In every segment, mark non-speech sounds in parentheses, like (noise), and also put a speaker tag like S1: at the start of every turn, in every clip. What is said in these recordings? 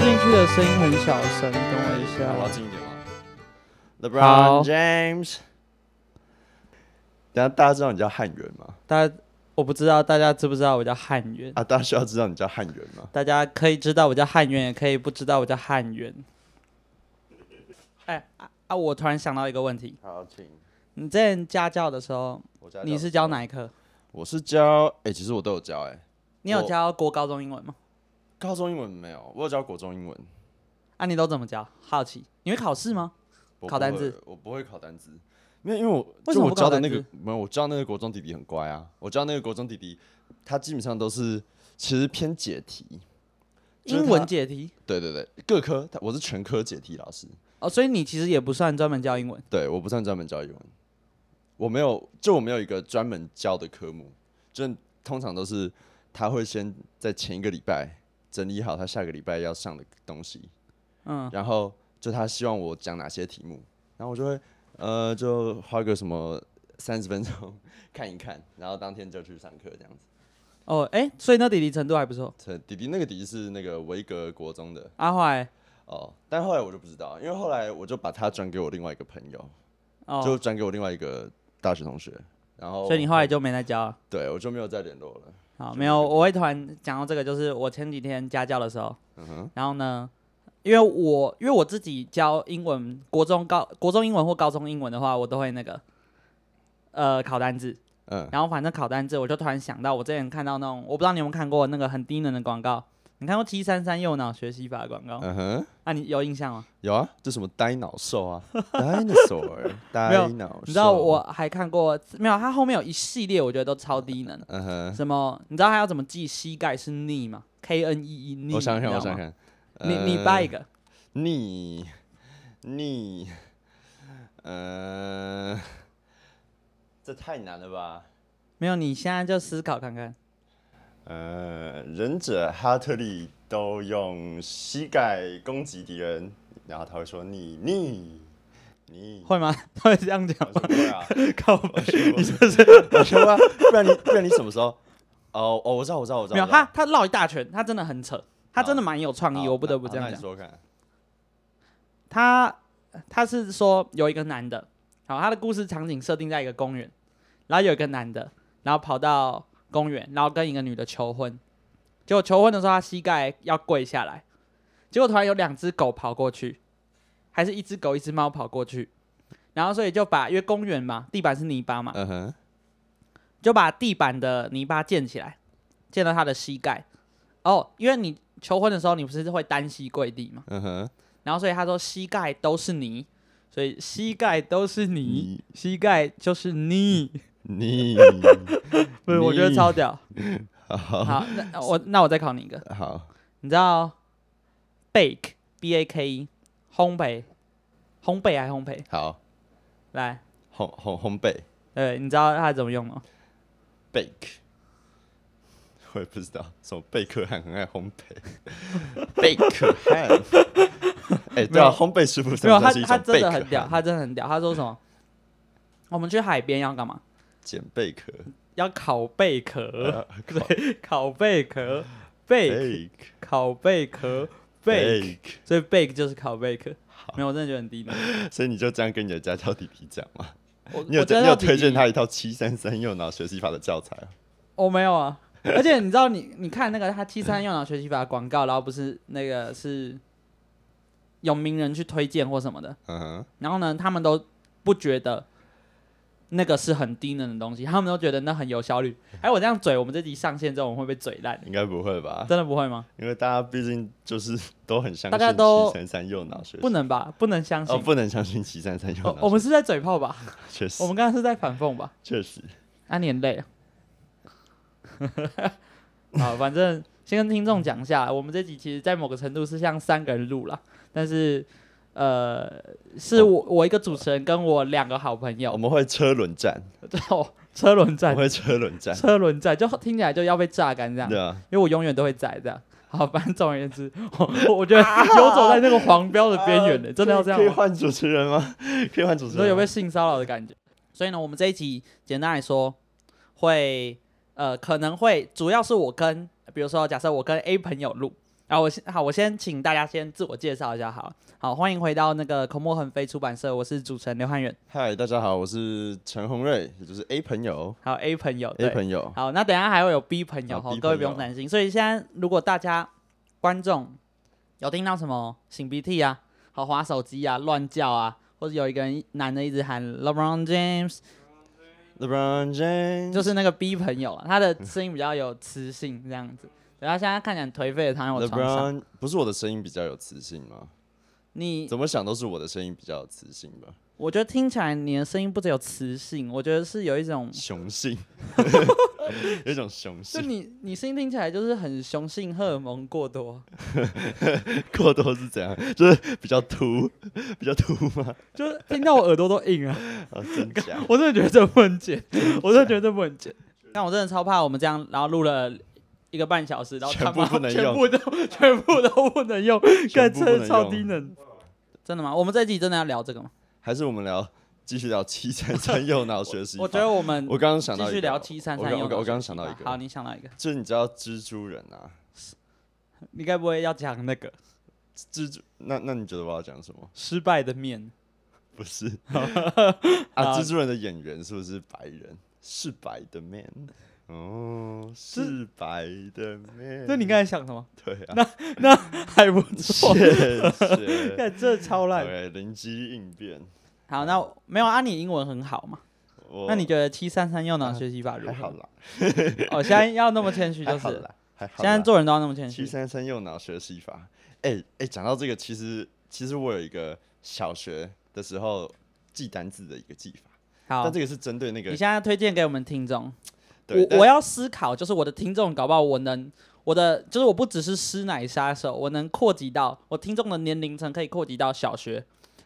S1: 进去的声音很小声，等我一
S2: 我要
S1: 下。
S2: 近一点啊。
S1: 好
S2: LeBron James，等下大家知道你叫汉元吗？
S1: 大家我不知道大家知不知道我叫汉元，
S2: 啊，大家需要知道你叫汉元吗？
S1: 大家可以知道我叫汉元，也可以不知道我叫汉元。哎啊啊！我突然想到一个问题，
S2: 好，请。
S1: 你之前家教的时候，
S2: 我家
S1: 你是教？哪一科？
S2: 我是教，哎、其实我都有教、哎，
S1: 你有
S2: 我
S1: 教国高中英文吗？
S2: 高中英文没有，我有教国中英文。
S1: 啊，你都怎么教？好奇，你会考试吗？
S2: 我
S1: 考
S2: 不
S1: 单
S2: 会
S1: 字，
S2: 我不会考单字，没有，因为我
S1: 为什
S2: 就
S1: 么
S2: 我
S1: 不
S2: 教
S1: 考
S2: 的
S1: 单
S2: 那个
S1: 字
S2: 没有，我教那个国中弟弟很乖啊，我教那个国中弟弟，他基本上都是其实偏解题，就是
S1: 英文
S2: 他
S1: 解题
S2: 对对对，各科他我是全科解题老师，
S1: 哦，所以你其实也不算专门教英文。
S2: 对我不算专门教英文，我没有就我没有一个专门教的科目，就通常都是他会先在前一个礼拜整理好他下个礼拜要上的东西，
S1: 嗯，
S2: 然后就他希望我讲哪些题目，然后我就会呃就花个什么三十分钟 (laughs) 看一看，然后当天就去上课这样子。
S1: 哦，哎、所以那弟弟程度还不错。啊
S2: 这弟弟那个弟弟是那个维格国中的
S1: 阿坏
S2: 哦，但后来我就不知道，因为后来我就把他转给我另外一个朋友，
S1: 哦，
S2: 就转给我另外一个大学同学，然后
S1: 所以你后来就没再教了。
S2: 对我就没有再联络了。
S1: 好，
S2: 就
S1: 没
S2: 没
S1: 有，
S2: 有
S1: 我会突然讲到这个，就是我前几天家教的时候，
S2: 嗯哼，
S1: 然后呢，因为我因为我自己教英文，国中高国中英文或高中英文的话，我都会那个呃考单字，
S2: 嗯，
S1: 然后反正考单字，我就突然想到我之前看到那种，我不知道你有没有看过那个很低能的广告，你看过七三三右脑学习法的广告？
S2: 嗯哼。
S1: 啊，你有印象吗？
S2: 有啊，这什么呆脑兽
S1: (laughs)
S2: 啊，dinosaur，
S1: 没有
S2: 呆脑兽，
S1: 你知道我，还看过没有？它后面有一系列，我觉得都超低能。
S2: 嗯哼，
S1: 什么？你知道他要怎么记膝盖是 knee 吗？K N E E knee，
S2: 我想
S1: 你
S2: 想，我
S1: 知道
S2: 想
S1: 吗
S2: 想，
S1: 你你
S2: 呃
S1: 掰一个，
S2: 你你，呃，这太难了吧？
S1: 没有，你现在就思考看看。
S2: 呃，忍者哈特利都用膝盖攻击敌人，然后他会说你
S1: (laughs)
S2: 你你，
S1: 会吗？ (laughs) 他会这样讲
S2: 嗯我
S1: 吗
S2: 说？对啊，
S1: 靠
S2: 我
S1: 背，
S2: 说
S1: 你就是
S2: 我说啊，不然你不然你什么时候？哦哦，我知道我知道我知道，
S1: 没有
S2: 我知道
S1: 他，他绕一大圈，他真的很扯，他真的蛮有创意，
S2: 好
S1: 我不得
S2: 那
S1: 不
S2: 好
S1: 这
S2: 那
S1: 样
S2: 你
S1: 讲。
S2: 说看，
S1: 他他是说有一个男的，好，他的故事场景设定在一个公园，然后有一个男的，然后跑到公园，然后跟一个女的求婚，结果求婚的时候他膝盖要跪下来，结果突然有两只狗跑过去，还是一只狗一只猫跑过去，然后所以就把因为公园嘛，地板是泥巴嘛，
S2: 嗯哼，
S1: 就把地板的泥巴溅起来，溅到他的膝盖。哦，因为你求婚的时候你不是会单膝跪地吗？
S2: 嗯哼，
S1: 然后所以他说膝盖都是泥，所以膝盖都是泥
S2: 泥，
S1: 膝盖就是 (laughs) 泥。
S2: 你
S1: 不是，我觉得
S2: 泥
S1: 超屌。 (laughs)
S2: 好
S1: 好，那我那我再考你一个，
S2: 好
S1: 你知道 bake b a k e 烘焙，烘焙还烘焙？
S2: 好
S1: 来，
S2: 烘烘烘焙。
S1: 对，你知道它怎么用吗？
S2: bake，我也不知道，什么贝克汉很爱烘焙，贝克汉，哎、对啊，
S1: 没有
S2: 烘焙师傅
S1: 没有，
S2: 算
S1: 他
S2: 是一
S1: 他
S2: 种
S1: 真
S2: 贝
S1: 的
S2: 壳
S1: 很屌，
S2: 汉，
S1: 他真的很屌。他说什么？我们去海边要干嘛？
S2: 捡贝壳
S1: 要烤贝壳， (laughs)
S2: 呃
S1: 对，烤贝壳，bake
S2: ，bake
S1: 烤贝壳，bake，所以 bake 就是烤贝壳。没有，我真的觉得很低能。
S2: (laughs) 所以你就这样跟你的家教弟弟讲嘛？
S1: 我
S2: 你有
S1: 我真的
S2: 你
S1: 要
S2: 有
S1: 提
S2: 推荐他一套七三三右脑学习法的教材啊？
S1: 我没有
S2: (laughs)
S1: 啊，而且你知道你你看那个他 T 三用脑学习法的广告，然后不是那个是有名人去推荐或什么的，
S2: 嗯哼，
S1: 然后呢，他们都不觉得那个是很低能的东西，他们都觉得那很有效率。哎，我这样嘴，我们这集上线之后，我们会被嘴烂，
S2: 应该不会吧？
S1: 真的不会吗？
S2: 因为大家毕竟就是都很相
S1: 大
S2: 信
S1: 家都
S2: 七三三右脑学习
S1: 不。能吧？不能相信。哦
S2: 哦，不能相信七三三右
S1: 我
S2: 脑
S1: 我们是在嘴炮吧？
S2: 学
S1: 哦我
S2: 习，
S1: 们刚刚是在反讽吧？
S2: 确实确实。
S1: 啊，你很累啊。 (laughs) 好，反正先跟听众讲一下，我们这集其实，在某个程度是像三个人录啦，但是呃，是我我一个主持人跟我两个好朋
S2: 我
S1: 友， (laughs)
S2: 们会车轮战，
S1: 哦，车轮
S2: 我
S1: 战
S2: 们，会车轮战，
S1: 车轮战，就听起来就要被榨干这样，
S2: 对
S1: 因
S2: 啊。
S1: 为我永远都会在这样。 (laughs) 好，反正总而言之， (laughs) 我我觉得 (laughs) 游走在那个黄标的边缘的，真的要这样
S2: 可以
S1: 吗
S2: 啊呃可以？换主持人吗？ (laughs) 可以换主
S1: 你
S2: 持
S1: 说
S2: 人
S1: 有
S2: 吗
S1: 被性骚扰的感觉。所以呢，我们这一集简单来说，会呃可能会主要是我跟，比如说假设我跟 A 朋友录，啊、啊，我先好，我先请大家先自我介绍一下，好了，好，欢迎回到那个口沫横飞出版社，我是主持人刘汉远，
S2: 嗨，大家好，我是陈宏瑞，也就是 A 朋友
S1: 还有 A 朋友
S2: ，A
S1: 对
S2: 朋友，
S1: 好，那等一下还会有 B 朋友
S2: 好
S1: 哈
S2: 哦，B，
S1: 各位
S2: 朋
S1: 不
S2: 友
S1: 用担心。所以现在如果大家观众有听到什么擤鼻涕啊、好划手机啊、乱叫啊，或者有一个人男的一直喊 LeBron James，
S2: LeBron James，
S1: 就是那个 B 朋友啊，他的声音比较有磁性这样子。等他现在看起来很颓废的躺在我床上，
S2: LeBron，不是我的声音比较有磁性吗？
S1: 你
S2: 怎么想都是我的声音比较有磁性吧，
S1: 我觉得听起来你的声音不只有磁性，我觉得是有一种，
S2: 雄
S1: (laughs)
S2: 性， (laughs) 有一种雄
S1: 就
S2: 性，
S1: 你你声音听起来就是很雄性荷尔蒙过多，
S2: (laughs) 过多是怎样？就是比较突，比较突吗？
S1: 就是听到我耳朵都硬啊。
S2: 啊，真假？ (laughs)
S1: 我真的觉得这不能剪，我真的觉得这不能剪。但我真的超怕我们这样，然后录了一个半小
S2: (laughs)
S1: 时，然后
S2: 全
S1: 他
S2: 部
S1: 妈
S2: 不能
S1: 全
S2: 用
S1: 部都 (laughs) 全部都不能用，
S2: 全
S1: (laughs) 干
S2: 部不
S1: 真的
S2: 能
S1: 超
S2: 用
S1: 低能。真的吗？我们这一集真的要聊这个吗？
S2: 还是我们聊，继续聊七三
S1: (laughs)
S2: 三右脑学习法
S1: 我觉得我们
S2: 我刚刚想到
S1: 继
S2: 一
S1: 续
S2: 个
S1: 聊七三
S2: 我
S1: 三
S2: 刚
S1: 用
S2: 我刚我刚
S1: 脑学
S2: 刚
S1: 习
S2: 想到
S1: 法
S2: 一
S1: 好，
S2: 个，
S1: 你想到一个，
S2: 就是你知道蜘蛛人啊，
S1: 你该不会要讲那个
S2: 蜘蛛，那那你觉得我要讲什么？
S1: 失败的面？
S2: 不
S1: (laughs)
S2: 是啊，蜘蛛人的演员是不是白人？是白的 man 哦，是白的 man。
S1: 那你刚才想
S2: (laughs)
S1: 什么？
S2: 对啊，
S1: 还不错，
S2: 谢
S1: (laughs)
S2: 谢。
S1: 看这超烂。
S2: 对，灵机应变。
S1: 好，那我没有啊，你英文很好嘛？
S2: 我
S1: 那你觉得七三三用脑学习法如
S2: 哦还好
S1: 何？
S2: 啦，
S1: 哦，现在要那么谦虚
S2: 还
S1: 就
S2: 好
S1: 是。
S2: 啦，还好啦。
S1: 现在做人都要那么谦虚
S2: 七。三三右脑学习法。哎、哎、讲到这个，其实其实我有一个小学的时候记单字的一个记法，
S1: 好
S2: 但，这个是针对那
S1: 你
S2: 个
S1: 现在推荐给我们听众，
S2: 对，
S1: 我
S2: 但
S1: 我要思考，就是我的听众搞不好我能，我的就是我不只是师奶杀手，我能扩及到我听众的年龄层，可以扩及到小学、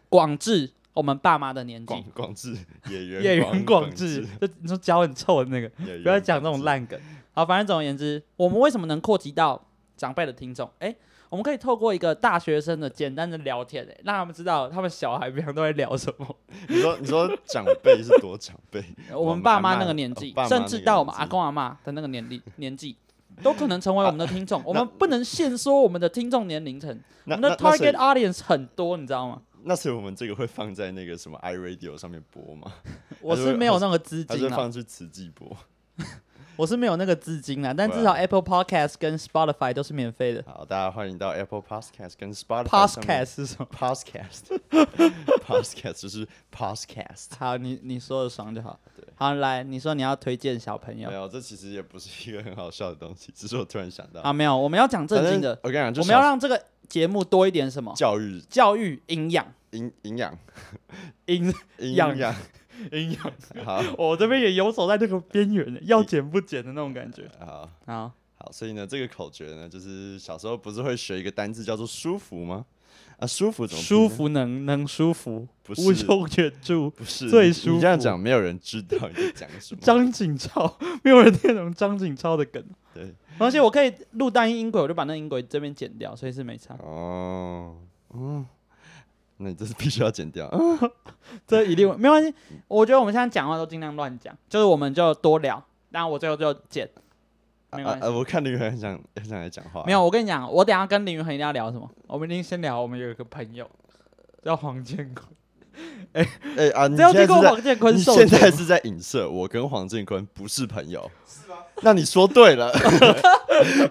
S1: 广智，我们爸妈的年纪
S2: 广，广智
S1: (laughs)
S2: 演员
S1: 演员广
S2: 广
S1: 智，就你说脚很臭的
S2: (laughs)
S1: 那个，
S2: 不
S1: 不要讲这种。烂梗。好，反正总而言之，我们为什么能扩及到长辈的听众？哎、我们可以透过一个大学生的简单的聊天、哎，让他们知道他们小孩平常都在聊什么。
S2: 你说你说长辈是多长
S1: (laughs)
S2: 辈？
S1: 我
S2: 我
S1: 们
S2: 们
S1: 爸
S2: 阿嬷
S1: 妈那个
S2: 的
S1: 年
S2: 哦
S1: 纪
S2: 爸，妈
S1: 甚
S2: 那
S1: 至
S2: 个
S1: 到我
S2: 年
S1: 们阿
S2: 纪
S1: 公阿妈的那个年龄 (laughs) 年纪，都可能成为我们的听众。我们不能限缩我们的听众年龄层，我
S2: 那
S1: 们的
S2: 那那所
S1: target
S2: 以
S1: audience 很多，你知道吗？
S2: 那所以我们这个会放在那个什么 iRadio 上面播吗？
S1: 我
S2: 是
S1: 是
S2: 会
S1: 没有那个资
S2: 还是
S1: 金啊，
S2: 放去慈济播？
S1: 我是没有那个资金啊，但至少 Apple Podcast 跟 Spotify 都是免费的。
S2: 好，大家欢迎到 Apple Podcast 跟 Spotify 上面
S1: Podcast 是什么？ (laughs)
S2: Podcast Podcast 就是 Podcast。
S1: 好，你你说的爽就好
S2: 对。
S1: 好，来，你说你要推荐小朋友
S2: 没有，这其实也不是一个很好笑的东西，只是我突然想到。
S1: 啊？没有，我们要讲正
S2: 反
S1: 经
S2: 正
S1: 的，
S2: 我跟你讲，就
S1: 我们要
S2: 小
S1: 让这个节目多一点什么
S2: 教育
S1: 教育营养
S2: 营营养
S1: 营
S2: 营
S1: 养
S2: 养 (laughs)
S1: 营养。
S2: 好
S1: (laughs) 我这边也游走在这个边缘，要剪不剪的那种感觉。
S2: (laughs) 好
S1: 好，
S2: 好，所以呢，这个口诀呢，就是小时候不是会学一个单字叫做舒服吗？啊，舒服怎么拼
S1: 舒
S2: 呢？
S1: 服能能舒服，
S2: 不
S1: 无
S2: 是
S1: 忧远助。
S2: 不是
S1: 最
S2: 你
S1: 舒
S2: 你这样
S1: 服
S2: 讲，没有人知道你在讲什么。
S1: (laughs) 张景超，没有人听得懂张景超的梗。
S2: 对，
S1: 而且我可以录单一音轨，我就把那音轨这边剪掉，所以是没差。
S2: (laughs) 哦，嗯，那你这是必须要剪掉。
S1: 这一定会没关系。
S2: 嗯
S1: 我觉得我们现在讲话都尽量乱讲，就是我们就多聊，然后我最后就剪，没
S2: 啊
S1: 关系。
S2: 啊！我看林远很想很想来讲话，
S1: 没有，我跟你讲，我等一下跟林云恒一定要聊什么？我们一定先聊，我们有一个朋友叫黄建坤，
S2: 哎啊！你
S1: 只要
S2: 现在
S1: 听
S2: 是
S1: 过
S2: 在
S1: 黄建坤
S2: 你
S1: 授
S2: 现
S1: 权
S2: 在是在影射我跟黄建坤不是朋友，是吗？那你说对了。 (laughs)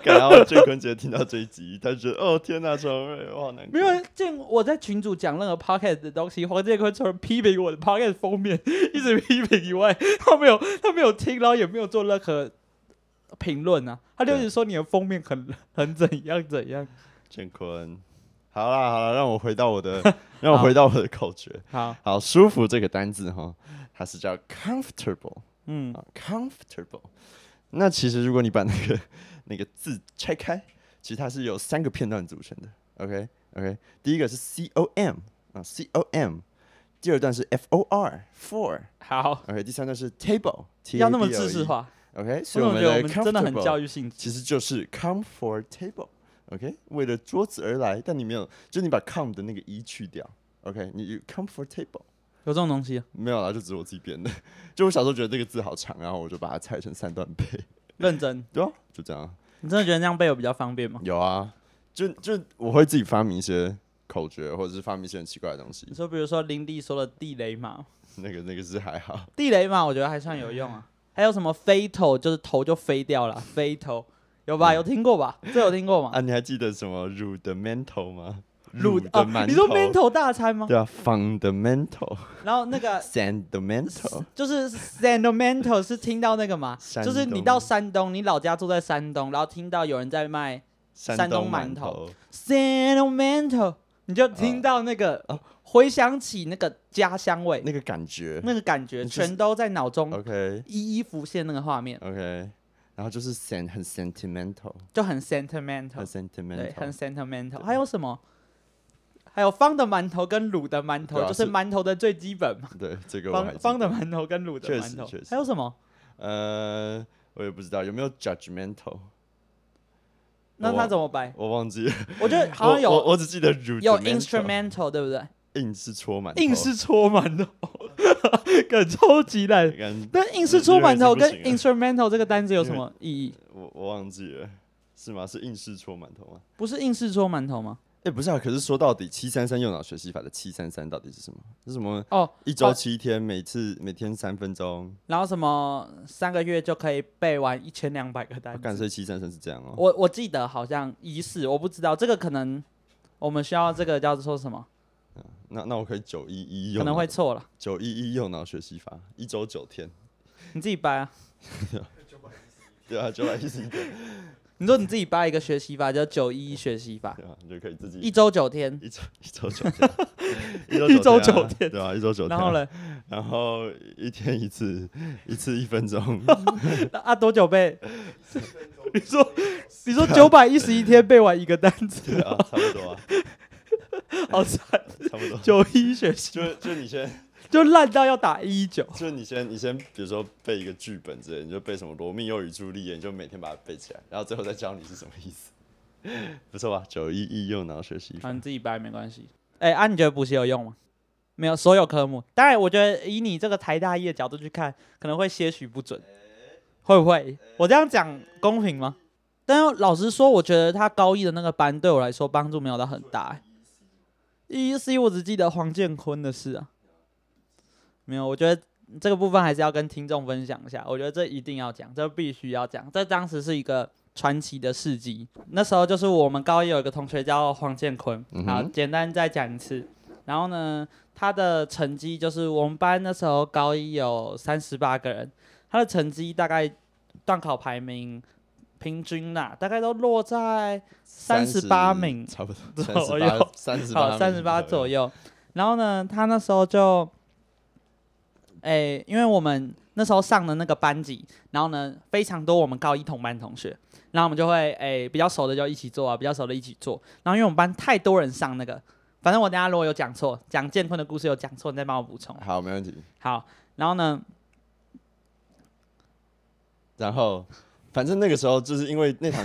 S2: 然后建坤直接听到这一集，他觉得哦天哪，陈宏瑞，我好难过。
S1: 没有啊见我在群主讲任何 podcast 的东西，黄建坤除了批评我的 podcast 封面一直批评以外，他没有他没有听，然后也没有做任何评论啊，他就一直说你的封面很 (laughs) 很怎样怎样。
S2: 建坤，好啦好啦，让我回到我
S1: (laughs)
S2: 的，让我回到我的口诀。
S1: 好，
S2: 好，舒服这个单字哈，它是叫 comfortable
S1: 嗯，
S2: 啊，comfortable。那其实如果你把那个那个字拆开，其实它是由三个片段组成的。OK OK，第一个是 C O M 啊 C O M，第二段是 F O R for。
S1: 好，
S2: OK，第三段是 table，
S1: 要那么
S2: T A B L E
S1: 知识。化，
S2: OK，
S1: 我
S2: 所以
S1: 怎
S2: 我
S1: 么
S2: 们
S1: 觉得
S2: 的
S1: 我们真的很
S2: comfortable
S1: 教育性质？
S2: 其实就是 come for table。OK，为了桌子而来，但你没有，就你把 come 的那个一去掉。OK，你 you come for table
S1: 有这种东西啊，
S2: 没有啦，就只是我自己编的。 (laughs) 就我小时候觉得这个字好长，然后我就把它拆成三段背。
S1: 认真，
S2: 对啊，就这样。
S1: 你真的觉得那样背有比较方便吗？
S2: 有啊，就就我会自己发明一些口诀，或者是发明一些很奇怪的东西 (laughs)
S1: 你。说比如说林地说的地雷嘛，
S2: 那个那个是还好，
S1: 地雷嘛，我觉得还算有用
S2: 嗯
S1: 啊。还有什么飞头，就是头就飞掉了，
S2: (laughs)
S1: 飞头有
S2: 嗯
S1: 吧？有听过吧？这有听过吗
S2: 啊，？你还记得什么 fundamental 吗？
S1: 卤
S2: 嗯的
S1: 啊，
S2: 馒
S1: 你说
S2: 头，
S1: mental 大餐吗？
S2: 对啊，fundamental、
S1: 然后那个 (laughs)
S2: sentimental，
S1: 就是 sentimental 是听到那个嘛，
S2: 山
S1: 就是你
S2: 东
S1: 到山东，你老家住在山东，然后听到有人在卖山东
S2: 东
S1: 馒头
S2: 头，
S1: sentimental，你就听到那个、回想起那个家乡味，
S2: 哦那个感觉。
S1: 那个感觉
S2: 就是哦
S1: 全都在脑中
S2: OK
S1: 一一浮现那个画面，
S2: OK，然后就是 sen 很 sentimental，
S1: 就很 sentimental，
S2: 很
S1: 对，
S2: sentimental，
S1: 很 sentimental。还有什么？还有方的馒头跟卤的馒头，
S2: 对啊
S1: 就是
S2: 是
S1: 馒头的最基本嘛。
S2: 对这个我还
S1: 方
S2: 记
S1: 方的
S2: 得
S1: 馒头跟卤的
S2: 确
S1: 馒
S2: 实
S1: 头
S2: 确，实
S1: 还有什么？
S2: 呃，我也不知道有没有 judgmental，
S1: 那
S2: 我
S1: 他
S2: 忘
S1: 怎么摆？
S2: 我忘记了，
S1: 我觉得好像
S2: 我我
S1: 有
S2: 我只记得 rudimental,
S1: 有 instrumental，对不对？
S2: 硬是搓馒头，
S1: 硬是搓馒头，感超级烂。
S2: 干
S1: 但硬是搓馒头跟
S2: 这个也
S1: instrumental 这个单词有什
S2: 因为
S1: 么意义？
S2: 我我忘记了，是吗？是硬是搓馒头吗？
S1: 不是硬是搓馒头吗？
S2: 哎、不是啊，可是说到底，七三三右脑学习法的七三三到底是什么？是什么？
S1: 哦，
S2: 一周七天，每次每天三分钟，
S1: 然后什么三个月就可以背完一千两百个单
S2: 啊
S1: 词
S2: 干脆七三三是这样哦。
S1: 我我记得好像疑似，我不知道这个可能我们需要这个叫做什么，
S2: 那那我可以九一一右
S1: 可
S2: 脑，
S1: 能会错了，
S2: 九一一右脑学习法，一周九天，
S1: 你自己掰啊。
S2: 对啊，九百一十一天，
S1: 你说你自己掰一个学习法叫九一一学习法，
S2: 对啊，你就可以自己
S1: 一周九天，
S2: 一周一周九天，
S1: (laughs) 一周
S2: 天
S1: 九
S2: 啊
S1: 天
S2: 对啊，一周九天
S1: 然
S2: 啊，
S1: 后
S2: (laughs)
S1: 呢，
S2: 然后一天一次，一次一分钟，
S1: 啊多久背？你说你说九百一十一天背完一个单词，
S2: 对啊，差不多啊，
S1: 好惨！
S2: 差不多。
S1: 九一学习
S2: 就就你先，
S1: 就烂到要打一九，
S2: 就你先，你先，比如说背一个剧本之类，你就背什么《罗密欧与朱丽叶》，你就每天把它背起来，然后最后再教你是什么意思， (laughs) 不错吧？九一一右脑学习
S1: 好
S2: 法，
S1: 啊你自己掰没关系。哎，啊你觉得补习有用吗？没有，所有科目。当然，我觉得以你这个台大一的角度去看，可能会些许不准，会不会？我这样讲公平吗？但要老实说，我觉得他高一的那个班对我来说帮助没有到很大、欸。一 C 我只记得黄建坤的事啊，没有。我觉得这个部分还是要跟听众分享一下，我觉得这一定要讲，这必须要讲，这当时是一个传奇的事迹。那时候就是我们高一有一个同学叫黄建坤，
S2: 嗯哼
S1: 好，简单再讲一次。然后呢，他的成绩就是我们班那时候高一有三十八个人，他的成绩大概段考排名平均啦、大概都落在三十八名
S2: 差不多，三
S1: 左
S2: 十
S1: 右
S2: 八，三十
S1: 好
S2: 八，
S1: 三十八左
S2: 右，
S1: 右。然后呢，他那时候就，哎、因为我们那时候上的那个班级，然后呢非常多我们高一同班同学，然后我们就会哎、比较熟的就一起做啊，比较熟的一起做。然后因为我们班太多人上那个，反正我等一下如果有讲错，讲建坤的故事有讲错，你再帮我补充。
S2: 好，没问题。
S1: 好，然后呢，
S2: 然后，反正那个时候就是因为那堂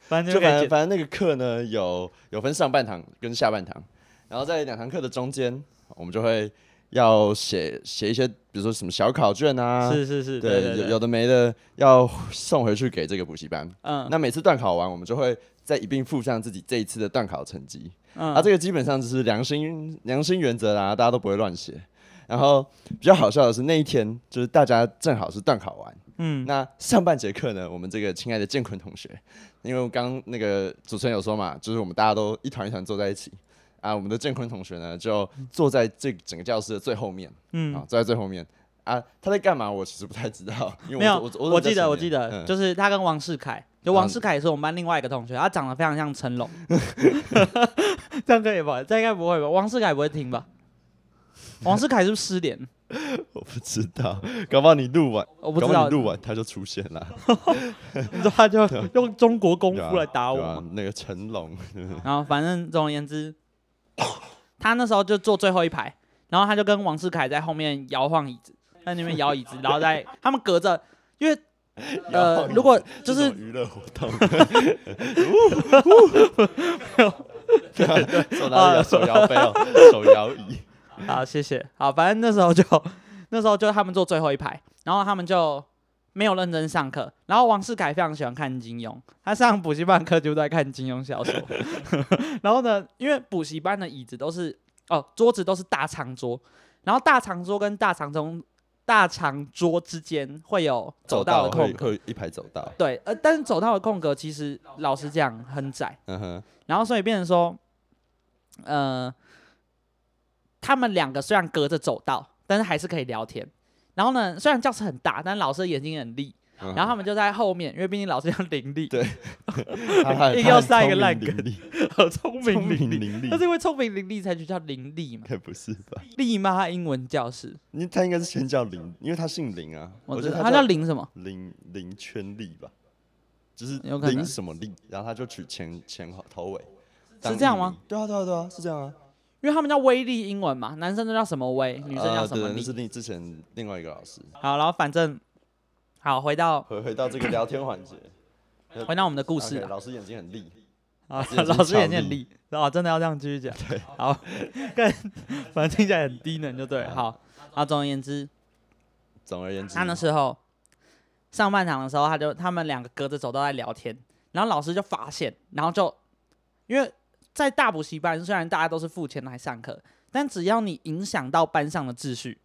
S1: 反正
S2: 就
S1: 可以
S2: 反正
S1: 剪
S2: 反正那个课呢，有有分上半堂跟下半堂，然后在两堂课的中间，我们就会要写写一些，比如说什么小考卷啊，
S1: 是是是，
S2: 对
S1: 对对
S2: 有有的没的要送回去给这个补习班。
S1: 嗯
S2: 那每次段考完，我们就会再一并附上自己这一次的段考成绩。
S1: 嗯，
S2: 啊，这个基本上就是良心良心原则啦，大家都不会乱写。然后比较好笑的是那一天，就是大家正好是段考完，
S1: 嗯
S2: 那上半节课呢，我们这个亲爱的建坤同学，因为我刚那个主持人有说嘛，就是我们大家都一团一团坐在一起啊，我们的建坤同学呢就坐在这整个教室的最后面啊
S1: 嗯，，
S2: 坐在最后面啊，他在干嘛？我其实不太知道，因为
S1: 没有
S2: 我我
S1: 我记得我记
S2: 得
S1: 得，就是他跟王世凯，就
S2: 啊
S1: 王世凯也是我们班另外一个同学，他长得非常像成龙， (laughs) 这样可以吧？这应该不会吧？王世凯不会听吧？王世凯是不是失联？
S2: 我不知道， (laughs) 搞不好你录完，
S1: 我
S2: 我
S1: 不知道，
S2: 录完他就出现了，
S1: 你知道他就
S2: (laughs)
S1: 用中国功夫来打我
S2: 对
S1: 嘛
S2: 吧？那个成龙，
S1: 然后反正总而言之，他那时候就坐最后一排，然后他就跟王世凯在后面摇晃椅子，在那边摇椅子，然后在他们隔着，因为
S2: (laughs)
S1: 呃，如果
S2: 这
S1: 就是
S2: 种娱乐活
S1: (laughs)
S2: 动， (laughs) 手拿手摇杯哦，手摇椅，
S1: 好，谢谢。好，反正那时候就那时候就他们坐最后一排，然后他们就没有认真上课。然后王世凯非常喜欢看金庸，他上补习班课就在看金庸小说。 (laughs) 然后呢，因为补习班的椅子都是哦，桌子都是大长桌，然后大长桌跟大长中大长桌之间会有走
S2: 道
S1: 道的
S2: 会
S1: 空格，
S2: 会一排走道，
S1: 对，呃，但是走道的空格其实老实讲很窄。
S2: 嗯哼，
S1: 然后所以变成说，呃，他们两个虽然隔着走道，但是还是可以聊天。然后呢，虽然教室很大，但老师的眼睛很利，
S2: 嗯
S1: 然后他们就在后面，因为毕竟老师要伶俐，
S2: 对 (laughs) 他还
S1: 硬
S2: 他
S1: 要
S2: 很
S1: 塞
S2: 聪
S1: 一个
S2: 明
S1: 烂
S2: 伶
S1: 梗
S2: 俐
S1: 很 (laughs) 聪
S2: 聪
S1: 明伶
S2: 明
S1: 俐。
S2: 伶俐，
S1: 但是因为聪明伶俐才去叫伶俐嘛，
S2: 该不是吧？
S1: 丽妈英文教室，
S2: 你他应该是先叫林，因为他姓林啊，我觉
S1: 知
S2: 得
S1: 道
S2: 他
S1: 她叫林什么？
S2: 林林圈利吧，就是
S1: 有可能
S2: 林什么利，然后他就取前前后头尾，
S1: 是这样吗
S2: 当艺名？对啊对啊对啊，是这样啊。
S1: 因为他们叫威力英文嘛，男生都叫什么威，女生叫
S2: 呃
S1: 什么
S2: 对，那
S1: 力。
S2: 是另之前另外一个老师。
S1: 好，然后反正好回到
S2: 回回到这个聊天环节，
S1: 回到我们的 (laughs) 故事
S2: OK，
S1: 啊，
S2: 老师眼睛很利，
S1: 啊
S2: 眼，睛
S1: (laughs) 老师眼
S2: 超
S1: 睛很
S2: 利
S1: 利，哦，真的要这样继续讲。对， (laughs) 好，跟反正听起来很低能就对了。好，啊，总而言之，
S2: 总而言之
S1: 他，那时候上半场的时候，他就他们两个隔着走道在聊天，然后老师就发现，然后就因为在大补习班，虽然大家都是付钱来上课，但只要你影响到班上的秩序，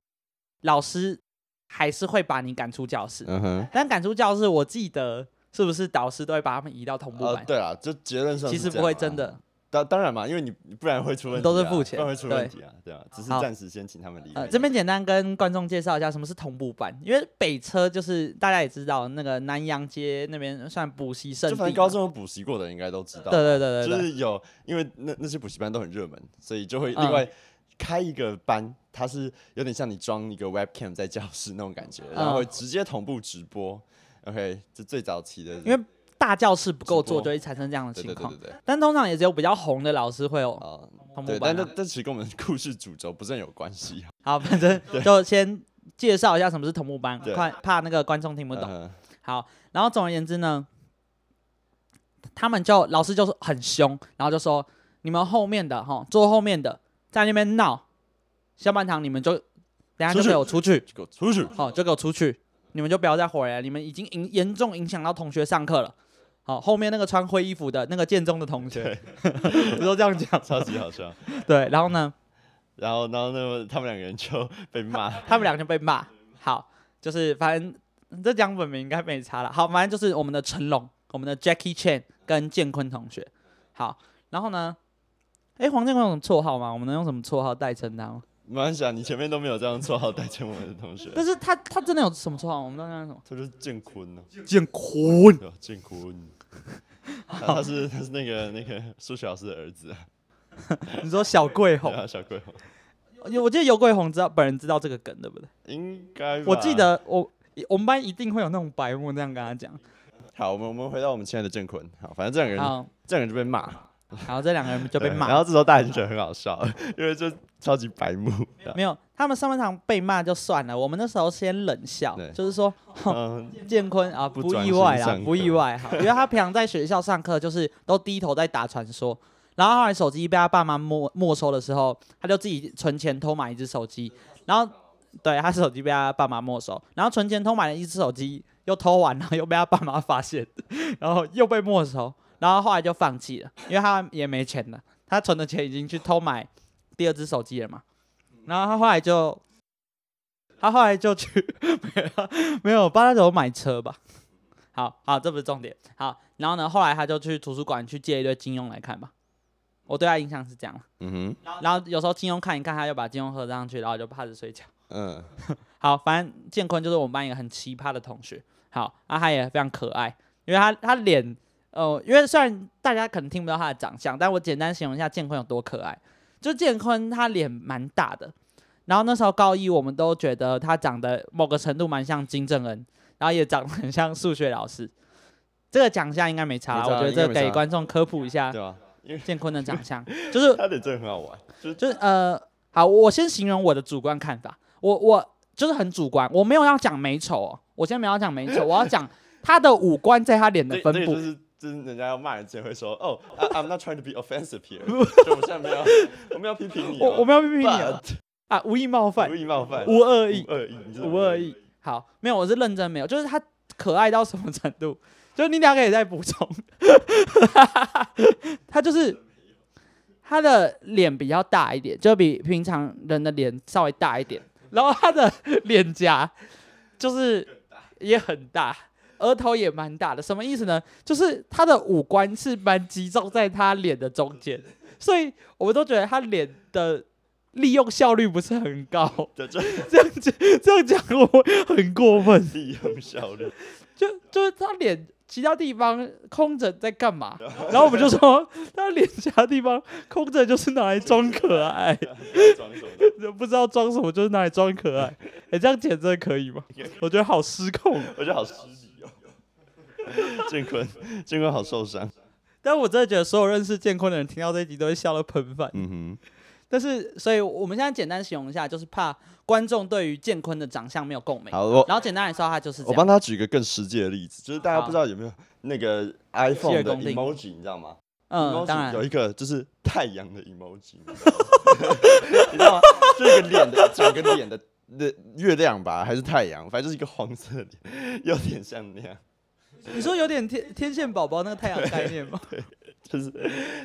S1: 老师还是会把你赶出教室。
S2: 嗯哼，
S1: 但赶出教室，我记得是不是导师都会把他们移到同步
S2: 呃
S1: 班？
S2: 对啦，就结论上
S1: 其
S2: 是
S1: 实
S2: 这
S1: 不会
S2: 样啊
S1: 真的，
S2: 当当然嘛，因为你不然会出问题啊、
S1: 都是付钱
S2: 不然会出问题啊，对啊，只是
S1: 好
S2: 暂时先请他们离开。
S1: 呃，这边简单跟观众介绍一下什么是同步班，因为北车就是大家也知道，那个南洋街那边算补习圣
S2: 就
S1: 地
S2: 反
S1: 嘛，
S2: 正高中有补习过的人应该都知道，
S1: 对对对对
S2: 就
S1: 对，
S2: 是有，因为那那些补习班都很热门，所以就会
S1: 嗯
S2: 另外开一个班，它是有点像你装一个 webcam 在教室那种感觉，然后
S1: 嗯
S2: 会直接同步直播。OK，这最早期的，
S1: 因为大教室不够
S2: 直播
S1: 做，就会产生这样的
S2: 对
S1: 情
S2: 对对
S1: 况
S2: 对。对，
S1: 但通常也只有比较红的老师会有
S2: 啊、
S1: 同步
S2: 对，但
S1: 班
S2: 这
S1: 啊。
S2: 这其实跟我们故事主轴不是很有关系。啊
S1: 好，反正
S2: (laughs)
S1: 就先介绍一下什么是同步班，
S2: 对
S1: 怕怕那个观众听不懂。
S2: 嗯
S1: 好，然后总而言之呢，他们就老师就是很凶，然后就说你们后面的哈，坐后面的在那边闹，下半场你们就等下
S2: 出
S1: 就
S2: 去
S1: 给我出去，
S2: 就给我出去！
S1: 好、就给我出去，你们就不要再回来，你们已经影严重影响到同学上课了。好、后面那个穿灰衣服的那个建中的同学， (laughs) 我都这样讲。
S2: 超级好笑。
S1: 对，然后呢，
S2: 然后，然后那么他们两个人就被骂，
S1: 他们俩就被骂。好，就是反正这讲本名应该没差了。好，反正就是我们的成龙，我们的 Jackie Chan 跟建坤同学。好，然后呢，哎，黄建坤有什么绰号吗？我们能用什么绰号代称他吗？
S2: 没关系啊，你前面都没有这样绰号代称我们的同学，
S1: 但是他他真的有什么绰号？我们都叫他什么？
S2: 他就是建坤呢、
S1: 建坤。 (laughs)
S2: 对啊，建坤，他他是他是那个那个数学老师的儿子啊，
S1: 你说小桂
S2: 对
S1: 红？
S2: 啊，小贵红，
S1: 我记得尤桂红知道本人知道这个梗，对不对？
S2: 应该吧
S1: 我记。得我我们班一定会有那种白目这样跟他讲。
S2: 好，我们我们回到我们亲爱的建坤，好，反正这两个人
S1: 好，
S2: 这两个人就被骂，
S1: 然后这两个人就被
S2: 对
S1: 骂
S2: 然。后这时候大家就觉得很好笑，因为就超级白目，对啊
S1: 没有，他们上半场被骂就算了，我们那时候先冷笑
S2: 对，
S1: 就是说
S2: 嗯，
S1: 建坤啊，
S2: 不
S1: 不
S2: 专
S1: 意
S2: 心
S1: 外啊，
S2: 上
S1: 不意
S2: 课 (laughs)
S1: 外哈，因为他平常在学校上课就是都低头在打传说，然后后来手机被他爸妈没没收的时候，他就自己存钱偷买一只手机，然后对他手机被他爸妈没收，然后存钱偷买了一只手机又偷完，然后又被他爸妈发现， (laughs) 然后又被没收，然后后来就放弃了，因为他也没钱了，他存的钱已经去偷买第二只手机了嘛，然后他后来就。他后来就去 (laughs) 没有 (laughs) 没有帮他怎么买车吧，好好，这不是重点。好，然后呢，后来他就去图书馆去借一堆金庸来看吧。我对他印象是这样，
S2: 嗯
S1: 然后有时候金庸看一看，他就把金庸合上去，然后就趴着睡觉。
S2: 哼，嗯，
S1: 好，反正建坤就是我们班一个很奇葩的同学。好，啊，他也非常可爱，因为他他脸，呃，因为虽然大家可能听不到他的长相，但我简单形容一下建坤有多可爱。就建坤他脸蛮大的，然后那时候高一我们都觉得他长得某个程度蛮像金正恩，然后也长得很像数学老师。这个奖项应该没差啦，
S2: 没差
S1: 我觉得
S2: 应该
S1: 这
S2: 没
S1: 给
S2: 差
S1: 观众科普一下
S2: 对吧？因为
S1: 建坤的长相，就是
S2: 他的真的很好玩，就是
S1: 啊就是呃，好，我先形容我的主观看法，我我就是很主观，我没有要讲美丑哦，我现在没有要讲美
S2: (laughs)
S1: 丑，我要讲他的五官在他脸的
S2: 这
S1: 分
S2: 这个
S1: 布
S2: 就。是就是人家要骂人之前会说，哦、i m not trying to be offensive
S1: (laughs)
S2: here，就我现在没有，我没有批评你哦、
S1: 我我没有批评你哦
S2: (laughs) But-
S1: 啊，无意冒犯
S2: 无，意冒犯，
S1: 无恶意，
S2: 无恶意，你真的
S1: 无恶意。好，没有，我是认真没有，就是他可爱到什么程度？ (laughs) 就是你两个也在补充， (laughs) 他就是他的脸比较大一点，就比平常人的脸稍微大一点，然后他的脸颊就是也很大，额头也蛮大的。什么意思呢？就是他的五官是蛮集中在他脸的中间，所以我们都觉得他脸的利用效率不是很高。
S2: 对，就 (laughs)
S1: 这样讲， (laughs) 这样讲我会很过分。
S2: 利用效率，
S1: 就就是他脸其他地方空着在干 (laughs) 嘛？然后我们就说他脸其他地方空着就是拿来装可 (laughs) 爱，
S2: 装什么？
S1: 不知道装什么就是拿来装可 (laughs) 爱。哎、这样剪真的可以吗？我觉得好失控。啊
S2: 我觉得好失礼哦。建坤，建坤好受伤。
S1: 但我真的觉得所有认识建坤的人听到这一集都会笑到喷饭。
S2: 嗯哼，
S1: 但是，所以我们现在简单形容一下，就是怕观众对于建坤的长相没有共鸣。
S2: 好，我
S1: 然后简单来说，他就是这
S2: 我
S1: 样。
S2: 帮他举一个更实际的例子，就是大家
S1: 好
S2: 不知道有没有那个 iPhone 的
S1: 公定
S2: emoji，你知道吗？
S1: 嗯，
S2: emoji
S1: 当然
S2: 有。一个就是太阳的 emoji，你知道吗 (laughs) 你知道吗？就是一个脸的整个脸的那月亮吧，还是太阳，反正就是一个黄色的脸，有点像那样，
S1: 你说有点天 (laughs) 天线宝宝那个太阳概念吗？
S2: 就是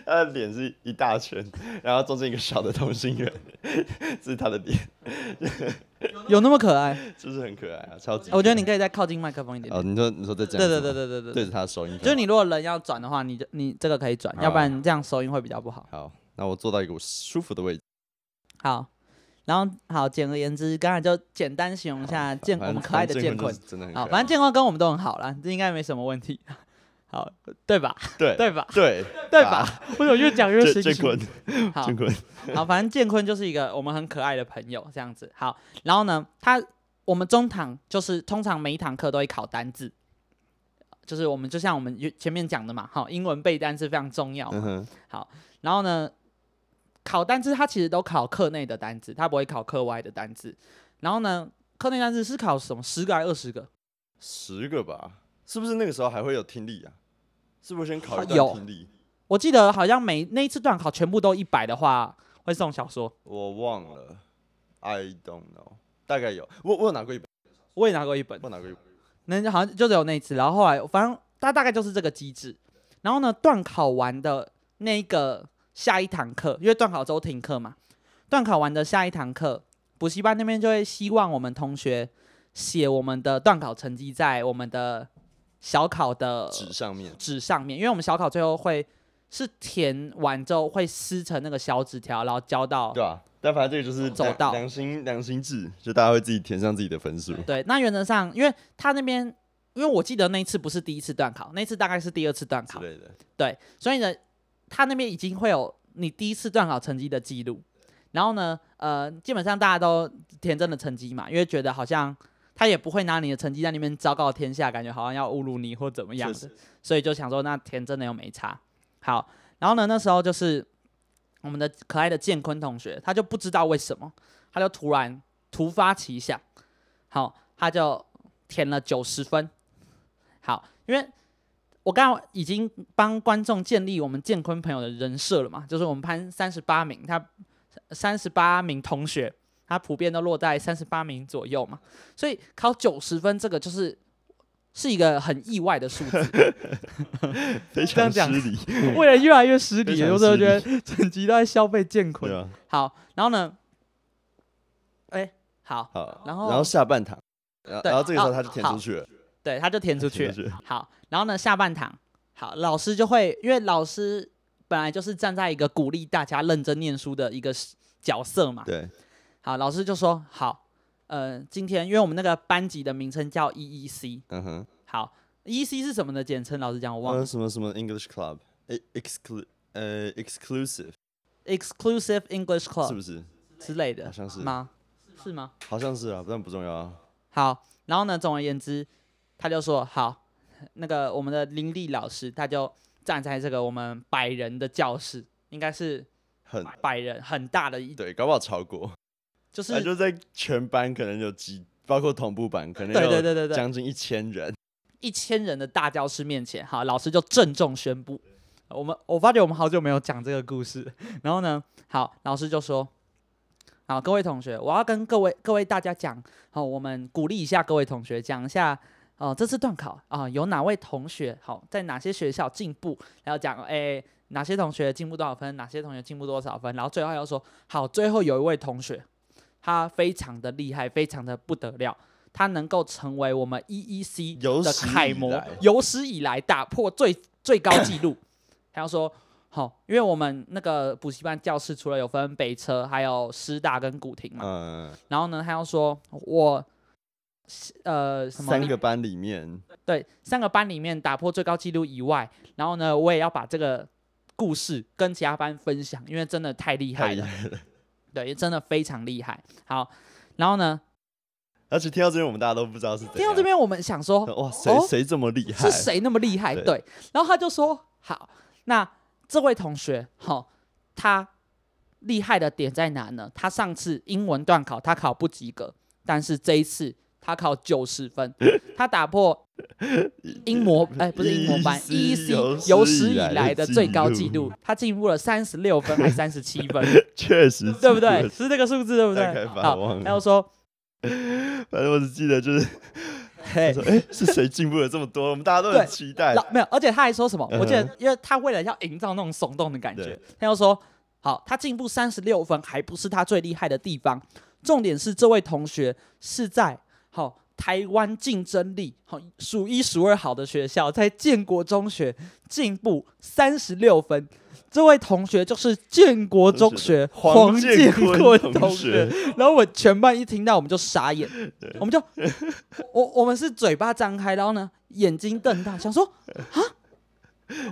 S2: 他的脸是一大圈，然后中间一个小的同心圆， (laughs) 这是他的脸，
S1: 有那么可爱？
S2: 就是很可爱啊，超级可爱。
S1: 嗯我觉得你可以再靠近麦克风一点
S2: 哦，
S1: 点。
S2: 你说你说在这
S1: 对
S2: 样子
S1: 对对
S2: 吗
S1: 对对
S2: 对
S1: 对，
S2: 着他的收音，
S1: 就是你如果人要转的话，你就你这个可以转，
S2: 好
S1: 要不然这样收音会比较不好。
S2: 好，那我坐到一个我舒服的位置，
S1: 好，然后好，简而言之，刚才就简单形容一下建我
S2: 反
S1: 们
S2: 正
S1: 可爱的
S2: 反正
S1: 建
S2: 坤
S1: 坤
S2: 就。是真的很可
S1: 好，
S2: 爱，
S1: 反正建坤跟我们都很好啦，这应该没什么问题。好，
S2: (laughs)
S1: 对吧？
S2: 对
S1: 对吧？
S2: 对
S1: (laughs) 对吧？我怎么越讲越
S2: 建
S1: 心
S2: 建
S1: 虚
S2: 啊坤？
S1: 好
S2: 建，坤，
S1: 好，反正建坤就是一个我们很可爱的朋友这样子。好，然后呢，他我们中堂就是通常每一堂课都会考单字，就是我们就像我们前面讲的嘛，好，英文背单词非常重要嘛。
S2: 嗯哼，
S1: 然后呢，考单字它其实都考课内的单字，它不会考课外的单字。然后呢，课内单字是考什么十个还是二十个？
S2: 十个吧，是不是那个时候还会有听力啊？是不是先考一
S1: 有
S2: 段听力？
S1: 我记得好像每那一次段考全部都一百的话，会送小说。
S2: 我忘了，I don't know，大概有，我我有拿过一本，
S1: 我也拿过一本
S2: 我。有拿过一本，
S1: 那就好像就只有那一次，然后后来反正他大概就是这个机制。然后呢，段考完的那个下一堂课，因为段考周停课嘛，段考完的下一堂课，补习班那边就会希望我们同学写我们的段考成绩在我们的小考的
S2: 纸上面，
S1: 纸上面，因为我们小考最后会是填完之后会撕成那个小纸条，然后交到
S2: 对吧、但反正这个就是
S1: 走
S2: 良
S1: 道
S2: 良心良心制，就大家会自己填上自己的分数。
S1: 对，那原则上，因为他那边，因为我记得那一次不是第一次段考，那次大概是第二次段
S2: 之
S1: 考，
S2: 类的，
S1: 对，所以呢，他那边已经会有你第一次段考成绩的记录。然后呢，呃，基本上大家都填真的成绩嘛，因为觉得好像他也不会拿你的成绩在那边昭告天下，感觉好像要侮辱你或怎么样
S2: 确
S1: 的，所以就想说那填真的又没差。好，然后呢，那时候就是我们的可爱的建坤同学，他就不知道为什么，他就突然突发奇想，好，他就填了九十分。好，因为我刚刚已经帮观众建立我们建坤朋友的人设了嘛，就是我们班三十八名，他三十八名同学，他普遍都落在三十八名左右嘛，所以考九十分这个就是是一个很意外的数字，
S2: 非
S1: 这
S2: 常
S1: 样讲
S2: 失礼，
S1: 为了越来越失礼，
S2: 非常
S1: 有时候觉
S2: 失
S1: 得 (laughs) 整集都在消费建
S2: 对啊
S1: 坤。
S2: 吧？
S1: 好，然后呢，哎，好，
S2: 好，
S1: 然后
S2: 然后下半堂，然后
S1: 对
S2: 然后这个时候
S1: 好
S2: 他就填
S1: 好
S2: 出去了，
S1: 对，他就填出去
S2: 填
S1: 了
S2: 出。去了，
S1: 好，然后呢，下半堂，好，老师就会，因为老师本来就是站在一个鼓励大家认真念书的一个时角色嘛。
S2: 对，
S1: 好，老师就说，好，呃，今天因为我们那个班级的名称叫 EEC，
S2: 嗯哼。
S1: 好，EEC 是什么的简称？老师讲我忘了、
S2: 呃什么什么 English Club，诶 exclu 呃 exclusive
S1: e x c l u s i v e English
S2: 是
S1: Club
S2: 不是？
S1: 之类的，
S2: 好像是
S1: 吗？是吗？
S2: 好像是啊，但不重要啊。
S1: 好，然后呢，总而言之，他就说好，那个我们的林立老师他就站在这个我们百人的教室，应该是
S2: 很
S1: 百人很大的一，
S2: 对，搞不好超过，
S1: 就
S2: 那
S1: 是
S2: 就在全班可能有几，包括同步班可能
S1: 对对
S2: 有
S1: 对对对，
S2: 将近一千人。
S1: 一千人的大教室面前，好，老师就郑重宣布，我们我发觉我们好久没有讲这个故事了，然后呢，好，老师就说，好，各位同学，我要跟各位各位大家讲，好，我们鼓励一下各位同学，讲一下哦、这次段考啊、有哪位同学好在哪些学校进步，然后讲诶哪些同学进步多少分，哪些同学进步多少分，然后最后要说好，最后有一位同学他非常的厉害，非常的不得了。他能够成为我们 EEC
S2: 有
S1: 的
S2: 史以
S1: 楷模
S2: 来，
S1: 有史以来打破最最高纪录。他要说，好、因为我们那个补习班教室除了有分北车，还有师大跟古亭嘛，
S2: 嗯，
S1: 然后呢，他要说我呃什么
S2: 三个班里面，
S1: 对三个班里面打破最高纪录以外，然后呢，我也要把这个故事跟其他班分享，因为真的太厉害
S2: 太厉
S1: 了，
S2: 害了。
S1: 对，真的非常厉害。好，然后呢，
S2: (laughs) 而且听到这边，我们大家都不知道是怎样。
S1: 听到这边我们想说
S2: 哇，谁
S1: 哦
S2: 谁这么厉害？
S1: 是谁那么厉害？
S2: 对
S1: 对，然后他就说好，那这位同学，好、他厉害的点在哪呢？他上次英文段考他考不及格，但是这一次他考九
S2: (laughs)
S1: 十分，他打破英模哎不是英模班
S2: EEC
S1: EEC 有
S2: 有
S1: 史
S2: 史
S1: 以
S2: 以
S1: 来
S2: 来
S1: 的
S2: 的
S1: 最
S2: 纪
S1: 高纪
S2: 录
S1: 录，他进步了三十六分还三十七分，
S2: 确实
S1: 对不对？
S2: (laughs) 是
S1: 是这个数字对不
S2: 大概
S1: 对？
S2: 吧
S1: 好
S2: 我忘，了
S1: 他又说
S2: 反正我只记得就是
S1: 嘿
S2: 他。说，哎，是谁进步了这么多？我们大家都很
S1: 对
S2: 期待。
S1: 老没有，而且他还说什么？我记
S2: 嗯
S1: 得，因为他为了要营造那种耸动的感觉
S2: 对，
S1: 他又说：“好，他进步三十六分，还不是他最厉害的地方。重点是这位同学是在好、台湾竞争力好、数一数二好的学校，在建国中学进步三十六分。”这位同学就是建国中学
S2: 嗯黄
S1: 建
S2: 建
S1: 国
S2: 坤
S1: 同
S2: 同
S1: 学
S2: 学，
S1: 然后我全班一听到我们就傻眼，我们就我我们是嘴巴张开，然后呢眼睛瞪大，想说啊，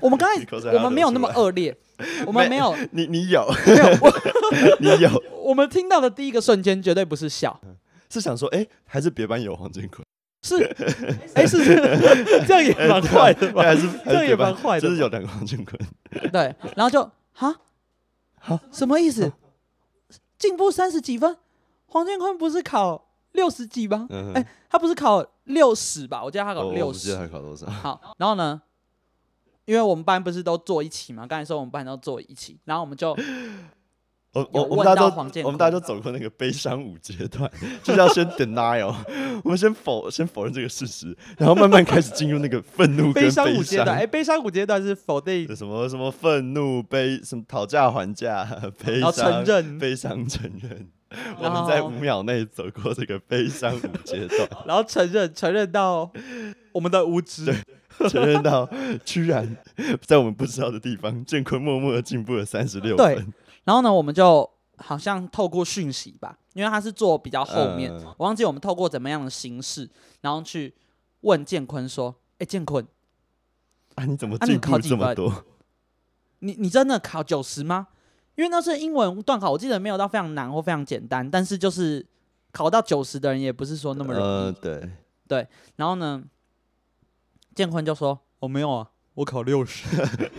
S1: 我们刚才
S2: 口水还
S1: 我
S2: 要
S1: 们没有那么
S2: 流出
S1: 恶劣，我们没有
S2: 你你有
S1: 没有，我
S2: (laughs) 你有
S1: 我们听到的第一个瞬间绝对不是笑，
S2: 是想说，哎，还是别班有黄建坤，
S1: 是哎是 (laughs) 这样也蛮坏的吧？
S2: 啊还是还
S1: 这
S2: 是
S1: 样
S2: 别
S1: 也蛮
S2: 班
S1: 坏的
S2: 就是
S1: 吧，
S2: 有两个黄建坤，
S1: 对，然后就啊
S2: 哈
S1: 什么意思？进步三十几分，黄建坤不是考六十几吗？
S2: 嗯
S1: 哎，他不是考六十吧？我记得他
S2: 哦我
S1: 考
S2: 我
S1: 六
S2: 不记
S1: 十
S2: 得。他考多少，
S1: 好，然后呢，因为我们班不是都坐一起嘛，刚才说我们班都坐一起，然后我们就
S2: 我
S1: 有
S2: 我我
S1: 问
S2: 们大
S1: 到
S2: 家
S1: 黄建
S2: 都我们大家
S1: 坤
S2: 都走过那个悲伤五阶段，就是要先 denial，我们先否先否认这个事实，然后慢慢开始进入那个愤怒跟
S1: 悲伤
S2: 伤
S1: 五阶段，哎哎，悲伤五阶段是否定，
S2: 什么什么愤怒、悲什么讨价还价、 (laughs) 悲
S1: 然后
S2: 伤、
S1: 承认，
S2: 悲伤承认。我
S1: 然
S2: 们在
S1: 后
S2: 五秒内走过这个悲伤五阶段，
S1: (laughs) 然后承认，承认到我们的无知，
S2: 承认到居然在我们不知道的地方，建坤默默的进步了三十六
S1: 对
S2: 分。
S1: 然后呢，我们就好像透过讯息吧，因为他是坐比较后面，
S2: 嗯
S1: 我忘记我们透过怎么样的形式，然后去问建坤说：“哎，建坤，
S2: 啊，你怎么
S1: 啊你
S2: 进
S1: 考
S2: 步
S1: 几
S2: 这么
S1: 分
S2: 多？
S1: 你你真的考九十吗？因为那是英文段考，我记得没有到非常难或非常简单，但是就是考到九十的人也不是说那么容易。
S2: 呃，对，
S1: 然后呢，建坤就说：“我、没有啊，我考六十。”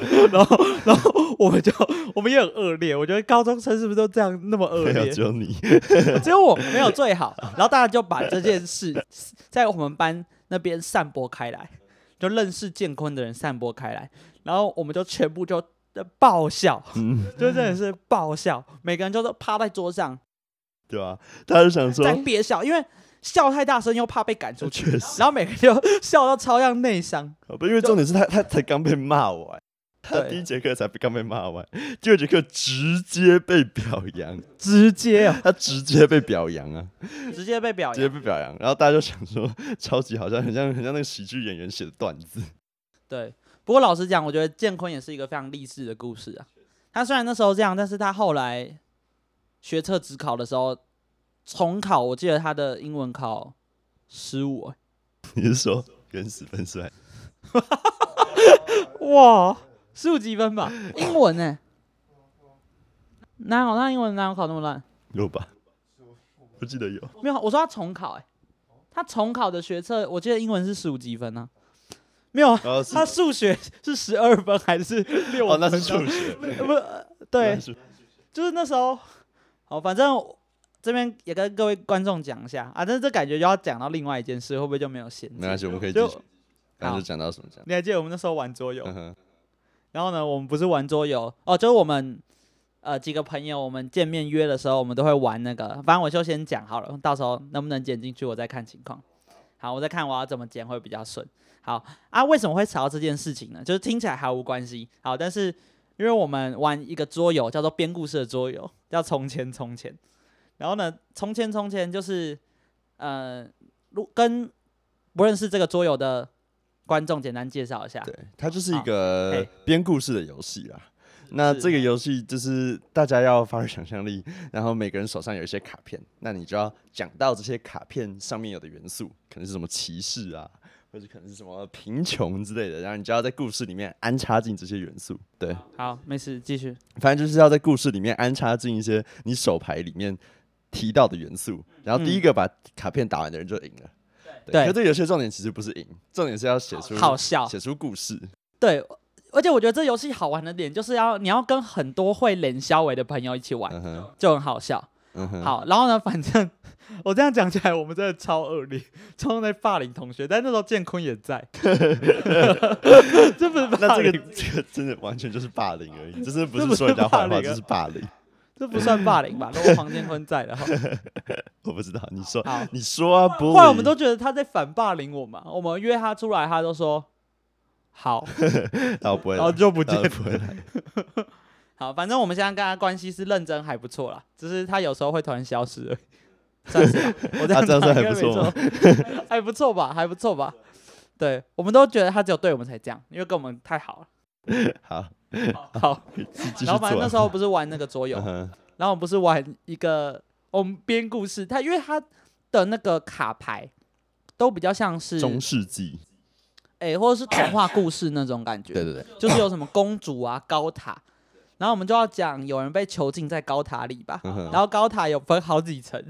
S1: (laughs) 然后然后我们就我们也很恶劣，我觉得高中生是不是都这样那么恶
S2: 没有
S1: 劣？
S2: 只有你。
S1: (laughs)
S2: (laughs)
S1: 只有我没有最好。然后大家就把这件事 (laughs) 在我们班那边散播开来，就认识建坤的人散播开来，然后我们就全部就呃爆笑，
S2: 嗯
S1: 就真的是爆笑，每个人就都趴在桌上
S2: 对吧、他就想说
S1: 在，憋笑，因为笑太大声又怕被赶出去，
S2: 确实，
S1: 然后每个人就 (laughs) 笑到超像内伤。
S2: 哦不，因为重点是他他才刚被骂完，他
S1: 对
S2: 第一节课才刚被骂完，第二节课直接被表扬，
S1: 直
S2: (laughs)
S1: 接哦，
S2: 他直接被表扬啊，
S1: 直接被表
S2: 直接
S1: 扬。
S2: 被表扬。然后大家就想说，超级好像很像很像那个喜剧演员写的段子，
S1: 对，不过老实讲，我觉得建坤也是一个非常励志的故事啊。他虽然那时候这样，但是他后来学测只考的时候重考，我记得他的英文考十五、欸
S2: (laughs) 你是说原始分数还？
S1: 哇，十五几分吧？英文呢、欸哪有他英文哪有考那么烂？
S2: 有吧？我记得有，
S1: 没有，我说他重考、欸，他重考的学测，我记得英文是十五几分啊，没有啊，
S2: 然后哦是
S1: 他数学是十二分还是六
S2: 哦，
S1: 分啊？
S2: 那是数学， (laughs)
S1: 不呃对
S2: 那，是数
S1: 就是那时候，好，反正我这边也跟各位观众讲一下啊，但是这感觉就要讲到另外一件事，会不会就没有衔
S2: 没
S1: 接？
S2: 关系，我们可以继
S1: 就
S2: 续。然后就讲到什么讲？
S1: 你还记得我们那时候玩桌游
S2: 嗯，哼，
S1: 然后呢，我们不是玩桌游哦，就是我们呃几个朋友，我们见面约的时候，我们都会玩那个。反正我就先讲好了，到时候能不能剪进去，我再看情况。好，我再看我要怎么剪会比较顺。好啊，为什么会吵到这件事情呢？就是听起来毫无关系。好，但是因为我们玩一个桌游叫做编故事的桌游，叫从前从前。然后呢，从前从前就是呃，如跟不认识这个桌游的观众简单介绍一下。
S2: 对，它就是一
S1: 好
S2: 个
S1: 嘿
S2: 编故事的游戏啦。那这个游戏就是大家要发挥想象力，然后每个人手上有一些卡片，那你就要讲到这些卡片上面有的元素，可能是什么歧视啊，或者可能是什么贫穷之类的，然后你就要在故事里面安插进这些元素。对，
S1: 好，没事，继续。
S2: 反正就是要在故事里面安插进一些你手牌里面提到的元素，然后第一个把卡片打完的人就赢了。
S1: 对
S2: 可这个游戏的重点其实不是赢，重点是要写出
S1: 好笑，
S2: 写出故事。
S1: 对，而且我觉得这游戏好玩的点就是要你要跟很多会冷消维的朋友一起玩，
S2: 嗯哼，
S1: 就很好笑。
S2: 嗯哼，
S1: 好，然后呢，反正我这样讲起来，我们真的超恶劣，超像在霸凌同学。但那时候建坤
S2: (laughs)
S1: 也在，这不是
S2: 那
S1: 霸
S2: 这
S1: 凌，
S2: 个 (laughs) 这个真的完全就是霸凌而已，
S1: (laughs)
S2: 这是不
S1: 这
S2: 是
S1: 不
S2: 说
S1: 是
S2: 人家坏
S1: 霸
S2: 话，
S1: 凌啊
S2: 这是霸凌。
S1: 这不算霸凌吧？如果黄建坤在的话，
S2: 我不知道，你说
S1: 好，
S2: 你说啊，不，
S1: 后来我们都觉得他在反霸凌我嘛。我们约他出来，他都说好，
S2: 啊不会
S1: 然
S2: 啦，
S1: 后就不见
S2: 啊
S1: 了。
S2: 不会啦，
S1: 好，反正我们现在跟他关系是认真还不错啦，只是他有时候会突然消失
S2: (laughs)
S1: 而已。算是吧，我这
S2: 啊
S1: 样
S2: 这样
S1: 讲
S2: 算还
S1: 应该
S2: 不
S1: 没
S2: 错吗 (laughs)
S1: 错还不错吧，还不错吧。对，我们都觉得他只有对我们才这样，因为跟我们太好了。
S2: 好，
S1: 好，
S2: 继哦继续
S1: 然
S2: 做
S1: 后反正那
S2: 啊。
S1: 时候不是玩那个桌游
S2: 嗯，哼
S1: 然后我们不是玩一个我们编故事，他因为他的那个卡牌都比较像是
S2: 中世纪，
S1: 哎、或者是童话故事那种感
S2: (coughs)
S1: 觉，
S2: 对对对，
S1: 就是有什么公主啊、高塔，然后我们就要讲有人被囚禁在高塔里吧，
S2: 嗯哼
S1: 然后高塔有分好几层，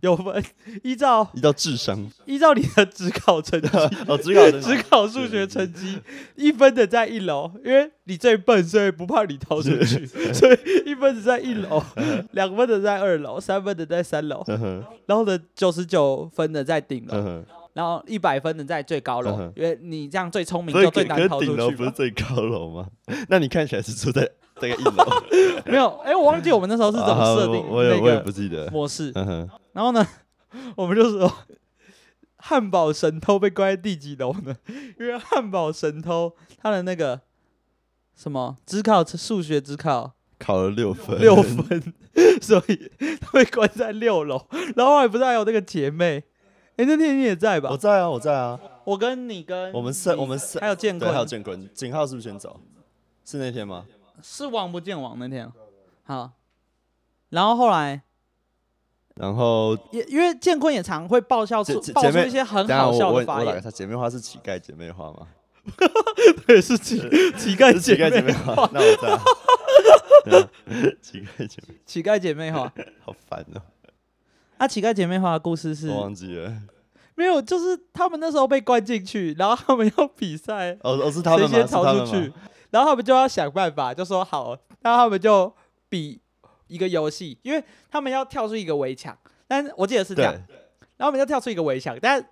S1: 有分依照
S2: 一到智商，
S1: 依照你的只考
S2: (laughs)
S1: 成绩
S2: 哦，只考
S1: (laughs)
S2: 真的
S1: 只考数学成绩一分的在一楼，因为你最笨，所以不怕你逃出去，所以一分的在一楼，两分的在二楼，三分的在三楼，
S2: 嗯哼，
S1: 然后呢九十九分的在顶楼
S2: 嗯，哼，
S1: 然后一百分的在最高
S2: 嗯
S1: 楼
S2: 哼，
S1: 因为你这样最聪明
S2: 所以
S1: 就
S2: 可
S1: 最
S2: 可
S1: 难
S2: 是
S1: 逃出
S2: 顶楼
S1: 去
S2: 不
S1: 嘛
S2: 是。最高楼吗？ (laughs) 那你看起来是住在大概一楼，
S1: 没有，哎、我忘记 (laughs) 我们那时候是怎么设定
S2: 啊 (laughs) 我我也我也
S1: 那
S2: 不
S1: 个
S2: 记得。
S1: 模式。
S2: 嗯哼，
S1: 然后呢， (laughs) 我们就说汉堡神偷被关在第几楼呢？因为汉堡神偷他的那个什么只考数学只考
S2: 考了六分，
S1: 六分， (laughs) 所以他被关在六楼。然后后来不是还有那个姐妹？哎、那天你也在吧？
S2: 我
S1: 我
S2: 在啊，我在啊，
S1: 跟你跟
S2: 我们三
S1: 你
S2: 我们三
S1: 还有建
S2: 对，还有
S1: 坤
S2: 建坤，景浩是不是先走？是那天吗？
S1: 是王不见王那天，好。然后后来
S2: 然后
S1: 也因为建坤也常会爆笑出
S2: 姐姐
S1: 爆
S2: 姐
S1: 出
S2: 妹
S1: 一些很
S2: 等一下
S1: 好
S2: 我
S1: 笑
S2: 我
S1: 的
S2: 问
S1: 发
S2: 我打个
S1: 言，
S2: 岔，姐妹花是乞丐姐妹花
S1: (laughs)
S2: 吗？
S1: 对， (laughs) 是乞乞丐
S2: 是乞丐姐妹
S1: 妹
S2: 花， (laughs) 那我在啊。对啊乞丐姐妹
S1: (laughs) 乞丐姐妹花。
S2: 好烦哦，
S1: 啊，乞丐姐妹花的故事是
S2: 我忘记了。
S1: 没有，就是他们那时候被关进去，然后他们要比赛，
S2: 哦哦，是他
S1: 谁
S2: 们吗？
S1: 先
S2: 是他
S1: 逃
S2: 们
S1: 出去
S2: 吗？，
S1: 然后他们就要想办法，就说好，那他们就比一个游戏，因为他们要跳出一个围墙，但是我记得是这样，
S2: 对
S1: 然后我们要跳出一个围墙，但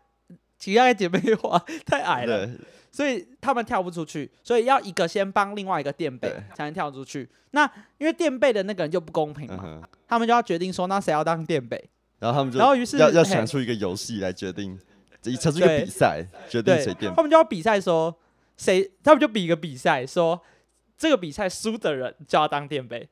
S1: 乞丐姐妹花太矮了，
S2: 对，
S1: 所以他们跳不出去，所以要一个先帮另外一个垫背
S2: 对
S1: 才能跳出去。那因为垫背的那个人就不公平
S2: 嗯
S1: 嘛，
S2: 哼。
S1: 他们就要决定说，那谁要当垫背？
S2: 然后他们就
S1: 然后于是
S2: 要要
S1: 嘿
S2: 想出一个游戏来决定，想出一个
S1: 对
S2: 比赛决定
S1: 对
S2: 谁，变
S1: (laughs) 他们就要比赛说谁，他们就比一个比赛说这个比赛输的人就要当垫背。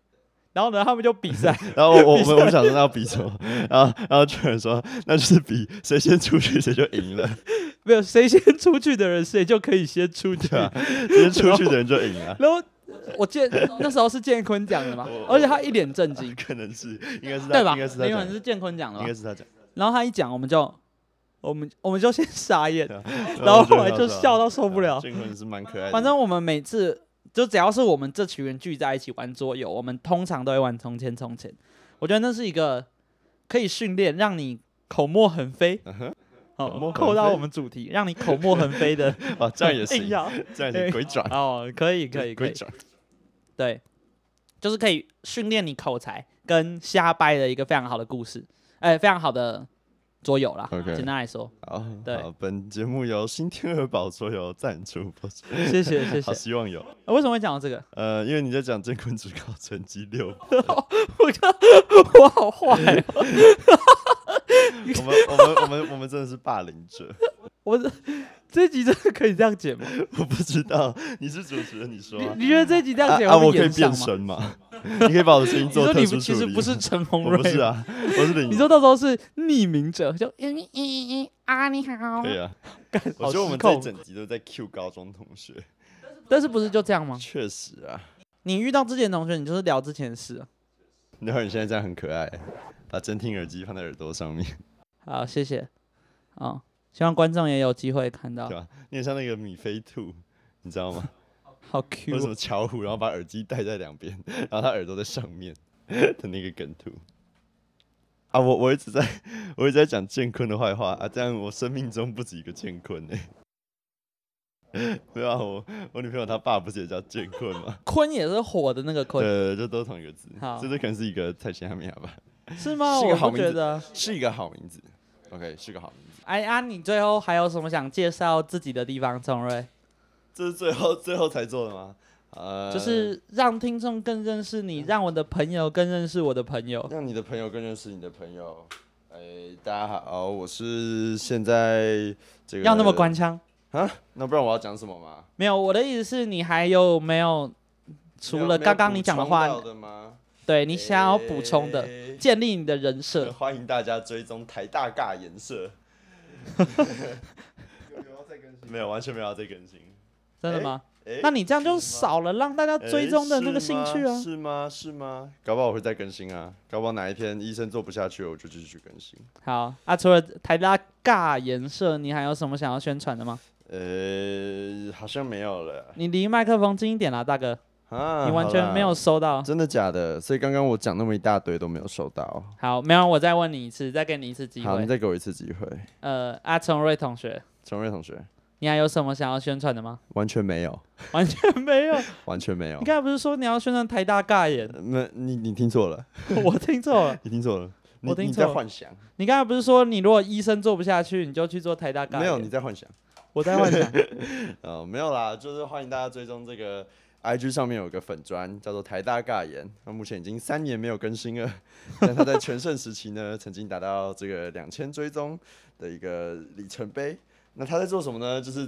S1: 然后呢，他们就比
S2: (laughs)
S1: 赛
S2: 然后我我们我们想说那要比什么， (laughs) 然后然后就有人说那就是比谁先出去谁就赢了， (laughs)
S1: 没有谁先出去的人，谁就可以先出去。
S2: 对啊吧、先出去的人就赢了。
S1: 然后我见那时候是建坤讲
S2: (laughs)
S1: 的嘛，而且他一脸震惊，
S2: 可能是，应该是他，
S1: 对吧？
S2: 应该是他
S1: 因
S2: 讲
S1: 为
S2: 的，
S1: 是建坤讲的
S2: 应
S1: 嘛
S2: 该，是他讲的。
S1: 然后他一讲，我们就我们我们就先
S2: (laughs)
S1: 傻眼，
S2: 然
S1: (laughs) 然后后来就笑到受不了。
S2: 俊坤是蛮可爱的，
S1: 反正我们每次就只要是我们这群人聚在一起玩桌游，我们通常都会玩从前从前。我觉得那是一个可以训练让你口沫横飞，
S2: 嗯口沫
S1: 哦，
S2: 横
S1: 扣到
S2: 飞
S1: 我们主题，让你口沫横飞
S2: (laughs)
S1: 的
S2: 哦，这样也
S1: 硬
S2: 行，
S1: 要
S2: 这样也行，鬼转，
S1: 哦，可以可以可
S2: 鬼
S1: 以，
S2: 转，
S1: 对，就是可以训练你口才跟瞎掰的一个非常好的故事，哎、非常好的桌游啦。
S2: OK
S1: 简单来说，
S2: 好，
S1: 对
S2: 好，本节目由新天鹅堡桌游赞助播出，
S1: 谢谢谢谢
S2: 好，。希望有，
S1: 呃为什么会讲到
S2: (laughs)
S1: 这个？
S2: 呃，因为你在讲郑坤只考成绩六，
S1: 我靠，我好坏、哦，
S2: 我们我们我们我们真的是霸凌者， (laughs)
S1: 我这 (laughs) 这集真的可以这样剪吗？
S2: 我不知道你是主持人，你说啊
S1: 你你觉得这集这样
S2: 啊
S1: 剪
S2: 啊
S1: 会
S2: 我
S1: 被
S2: 可以
S1: 延
S2: 变
S1: 上吗？
S2: 身吗？ (laughs) 你可以把我的声音
S1: 你
S2: 做
S1: 说
S2: 特
S1: 你
S2: 殊
S1: 不其
S2: 处
S1: 实
S2: 理 (laughs)
S1: 不是陈鸿
S2: 我
S1: 瑞，
S2: 不是啊，我是林。
S1: 你说到时候是匿名者，就嗯嗯嗯啊你好，
S2: 对啊，
S1: 干
S2: 我
S1: 好
S2: 觉得我们
S1: 失
S2: 这一
S1: 控
S2: 整集都在 Q 高中同学，
S1: 但是不是就这样吗？
S2: 确实啊。
S1: 你遇到之前的同学，你就是聊之前的事啊。
S2: 然后你现在这样很可爱，把监听耳机放在耳朵上面，
S1: 好，谢谢。啊、希望观众也有机会看到
S2: 对，啊吧？你很像那个米菲兔，你知道吗？
S1: 好
S2: 为什
S1: Q 哦。
S2: 么巧虎，然后把耳机戴在两边， (laughs) 然后他耳朵在上面的那个梗图。啊，我我一直在， (laughs) 我一直在讲建坤的坏话啊，这样我生命中不止一个建坤呢、 (laughs) 没有啊，我我女朋友她爸不是也叫建坤
S1: (laughs)
S2: 吗？
S1: 坤也是火的那个坤，
S2: 对，就都同一个字，
S1: 好
S2: 这就可能是一个菜奇哈米亚吧，
S1: 是吗？
S2: 是一个
S1: 我
S2: 好
S1: 不
S2: 名
S1: 觉
S2: 字
S1: 得。
S2: 是一个好名字。OK，是个好名字。
S1: 哎啊，你最后还有什么想介绍自己的地方，钟瑞？
S2: 这是最后最后才做的吗？呃，嗯
S1: 就是让听众更认识你，让我的朋友更认识我的朋友。
S2: 让你的朋友更认识你的朋友。哎、大家好，我是现在这个
S1: 要那么官腔？
S2: 啊？那不然我要讲什么吗？
S1: 没有，我的意思是你还有没有除了刚刚你讲的
S2: 没有补
S1: 话，
S2: 充到的吗？
S1: 对你想要补充的，
S2: 哎
S1: 建立你的人
S2: (laughs)
S1: 设？
S2: 欢迎大家追踪台大尬颜
S1: (laughs)
S2: 色。没有，完全没有要再更新。
S1: 真的吗？
S2: 哎、
S1: 那你这样就少了让大家
S2: 哎
S1: (laughs) 追踪的那个兴趣
S2: 是吗？
S1: 啊。
S2: 是吗？是吗？搞不好我会再更新啊！搞不好哪一天医生做不下去了，我就继续更新。
S1: 好啊，除了台大尬颜社，你还有什么想要宣传的吗？
S2: 呃，好像没有了
S1: 你离麦克风近一点啦，大哥，
S2: 啊！
S1: 你完
S2: 好
S1: 全
S2: 啦
S1: 没有收到。
S2: 真的假的？所以刚刚我讲那么一大堆都没有收到。
S1: 好，没有，我再问你一次，再给你一次机
S2: 好，你
S1: 会。
S2: 再给我一次机会，
S1: 呃，阿成瑞同学，
S2: 陈瑞同学，
S1: 你还有什么想要宣传的吗？
S2: 完全没有，
S1: 完全没
S2: (laughs)
S1: 有。
S2: 完全没有
S1: 你。刚才不是说你要宣传台大
S2: (laughs)
S1: 尬演？
S2: 呃那你你听错了，
S1: 我听错了。
S2: 你听错了，你
S1: 我听
S2: 你
S1: 错了
S2: 在幻想，
S1: 你刚才不是说你如果医生做不下去，你就去做台大尬演？
S2: 没有你在幻想，
S1: 我在幻
S2: (laughs)
S1: 想。
S2: 呃，没有啦，就是欢迎大家追踪这个 IG 上面有个粉砖叫做台大尬言，那目前已经三年没有更新了， (laughs) 但他在全盛时期呢，曾经达到这个两千追踪的一个里程碑。那他在做什么呢？就是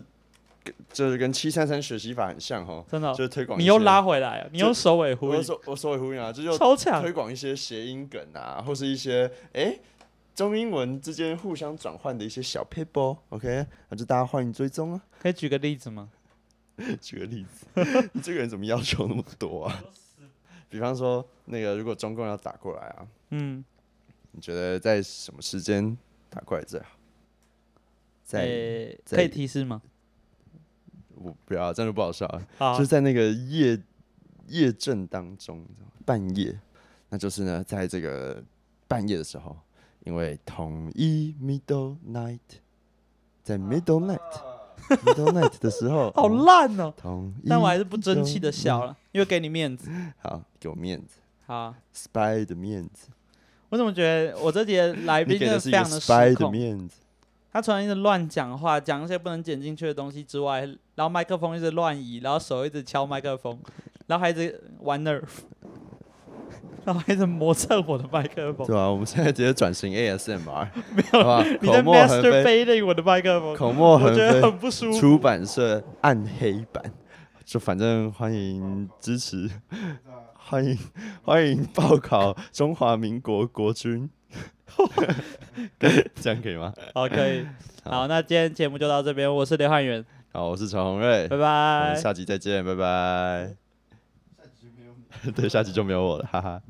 S2: 跟就是跟七三三学习法很像哦，
S1: 真的哦、
S2: 就是推广一
S1: 你
S2: 些
S1: 又拉回来了，你又首尾呼
S2: 我
S1: 应，
S2: 手我手尾呼应啊，这就
S1: 超强
S2: 推。广一些谐音梗啊，或是一些哎、诶中英文之间互相转换的一些小 p a p e OK，那就大家欢迎追踪啊。 (laughs)
S1: 可以举个例子吗？
S2: 举个例子， (laughs) 你这个人怎么要求那么多啊？ (laughs) 比方说，那个如果中共要打过来啊，
S1: 嗯，
S2: 你觉得在什么时间打过来最好？在、
S1: 诶
S2: 在
S1: 可以提示吗？
S2: 我不要，这样就不好笑了。
S1: 好啊
S2: 就，在那个夜夜震当中，你知道吗半夜，那就是呢，在这个半夜的时候，因为统一 middle night，在 middle night，middle night (laughs) 的时候，
S1: 啊好
S2: 哦
S1: 烂哦、
S2: 统一，
S1: 但我还是不争气的笑了，因为给你面子。
S2: 好给我面子
S1: 好啊，
S2: ，spy 的面子，
S1: 我怎么觉得我这节来
S2: 你
S1: 宾
S2: 给
S1: 真
S2: 的是一
S1: 的哎非
S2: 个
S1: 常的失
S2: spy 的
S1: 控？
S2: 面子，
S1: 他突然一直乱讲话，讲一些不能剪进去的东西之外，然后麦克风一直乱移，然后手一直敲麦克风，然后还一直玩 nerf，然后还一直磨蹭我的麦克风
S2: 对，吧、我们现在直接转型 ASMR，
S1: (laughs) 没
S2: 好不好？
S1: 你在
S2: 口沫横
S1: master
S2: 飞，
S1: b a t i n 我的麦克风，
S2: 口沫
S1: 我
S2: 横
S1: 觉得
S2: 飞，
S1: 很不舒服。
S2: 出版社暗黑版，就反正欢迎支持，欢迎欢迎报考中华民国国军， (laughs) 这样可以吗？
S1: 好，
S2: (laughs)
S1: 可以。好，那今天节目就到这边，我是刘汉元，
S2: 好，我是陈宏瑞，
S1: 拜
S2: 我们
S1: 拜。
S2: (laughs) 下集再见，拜拜。对，下集就没有我了，哈哈。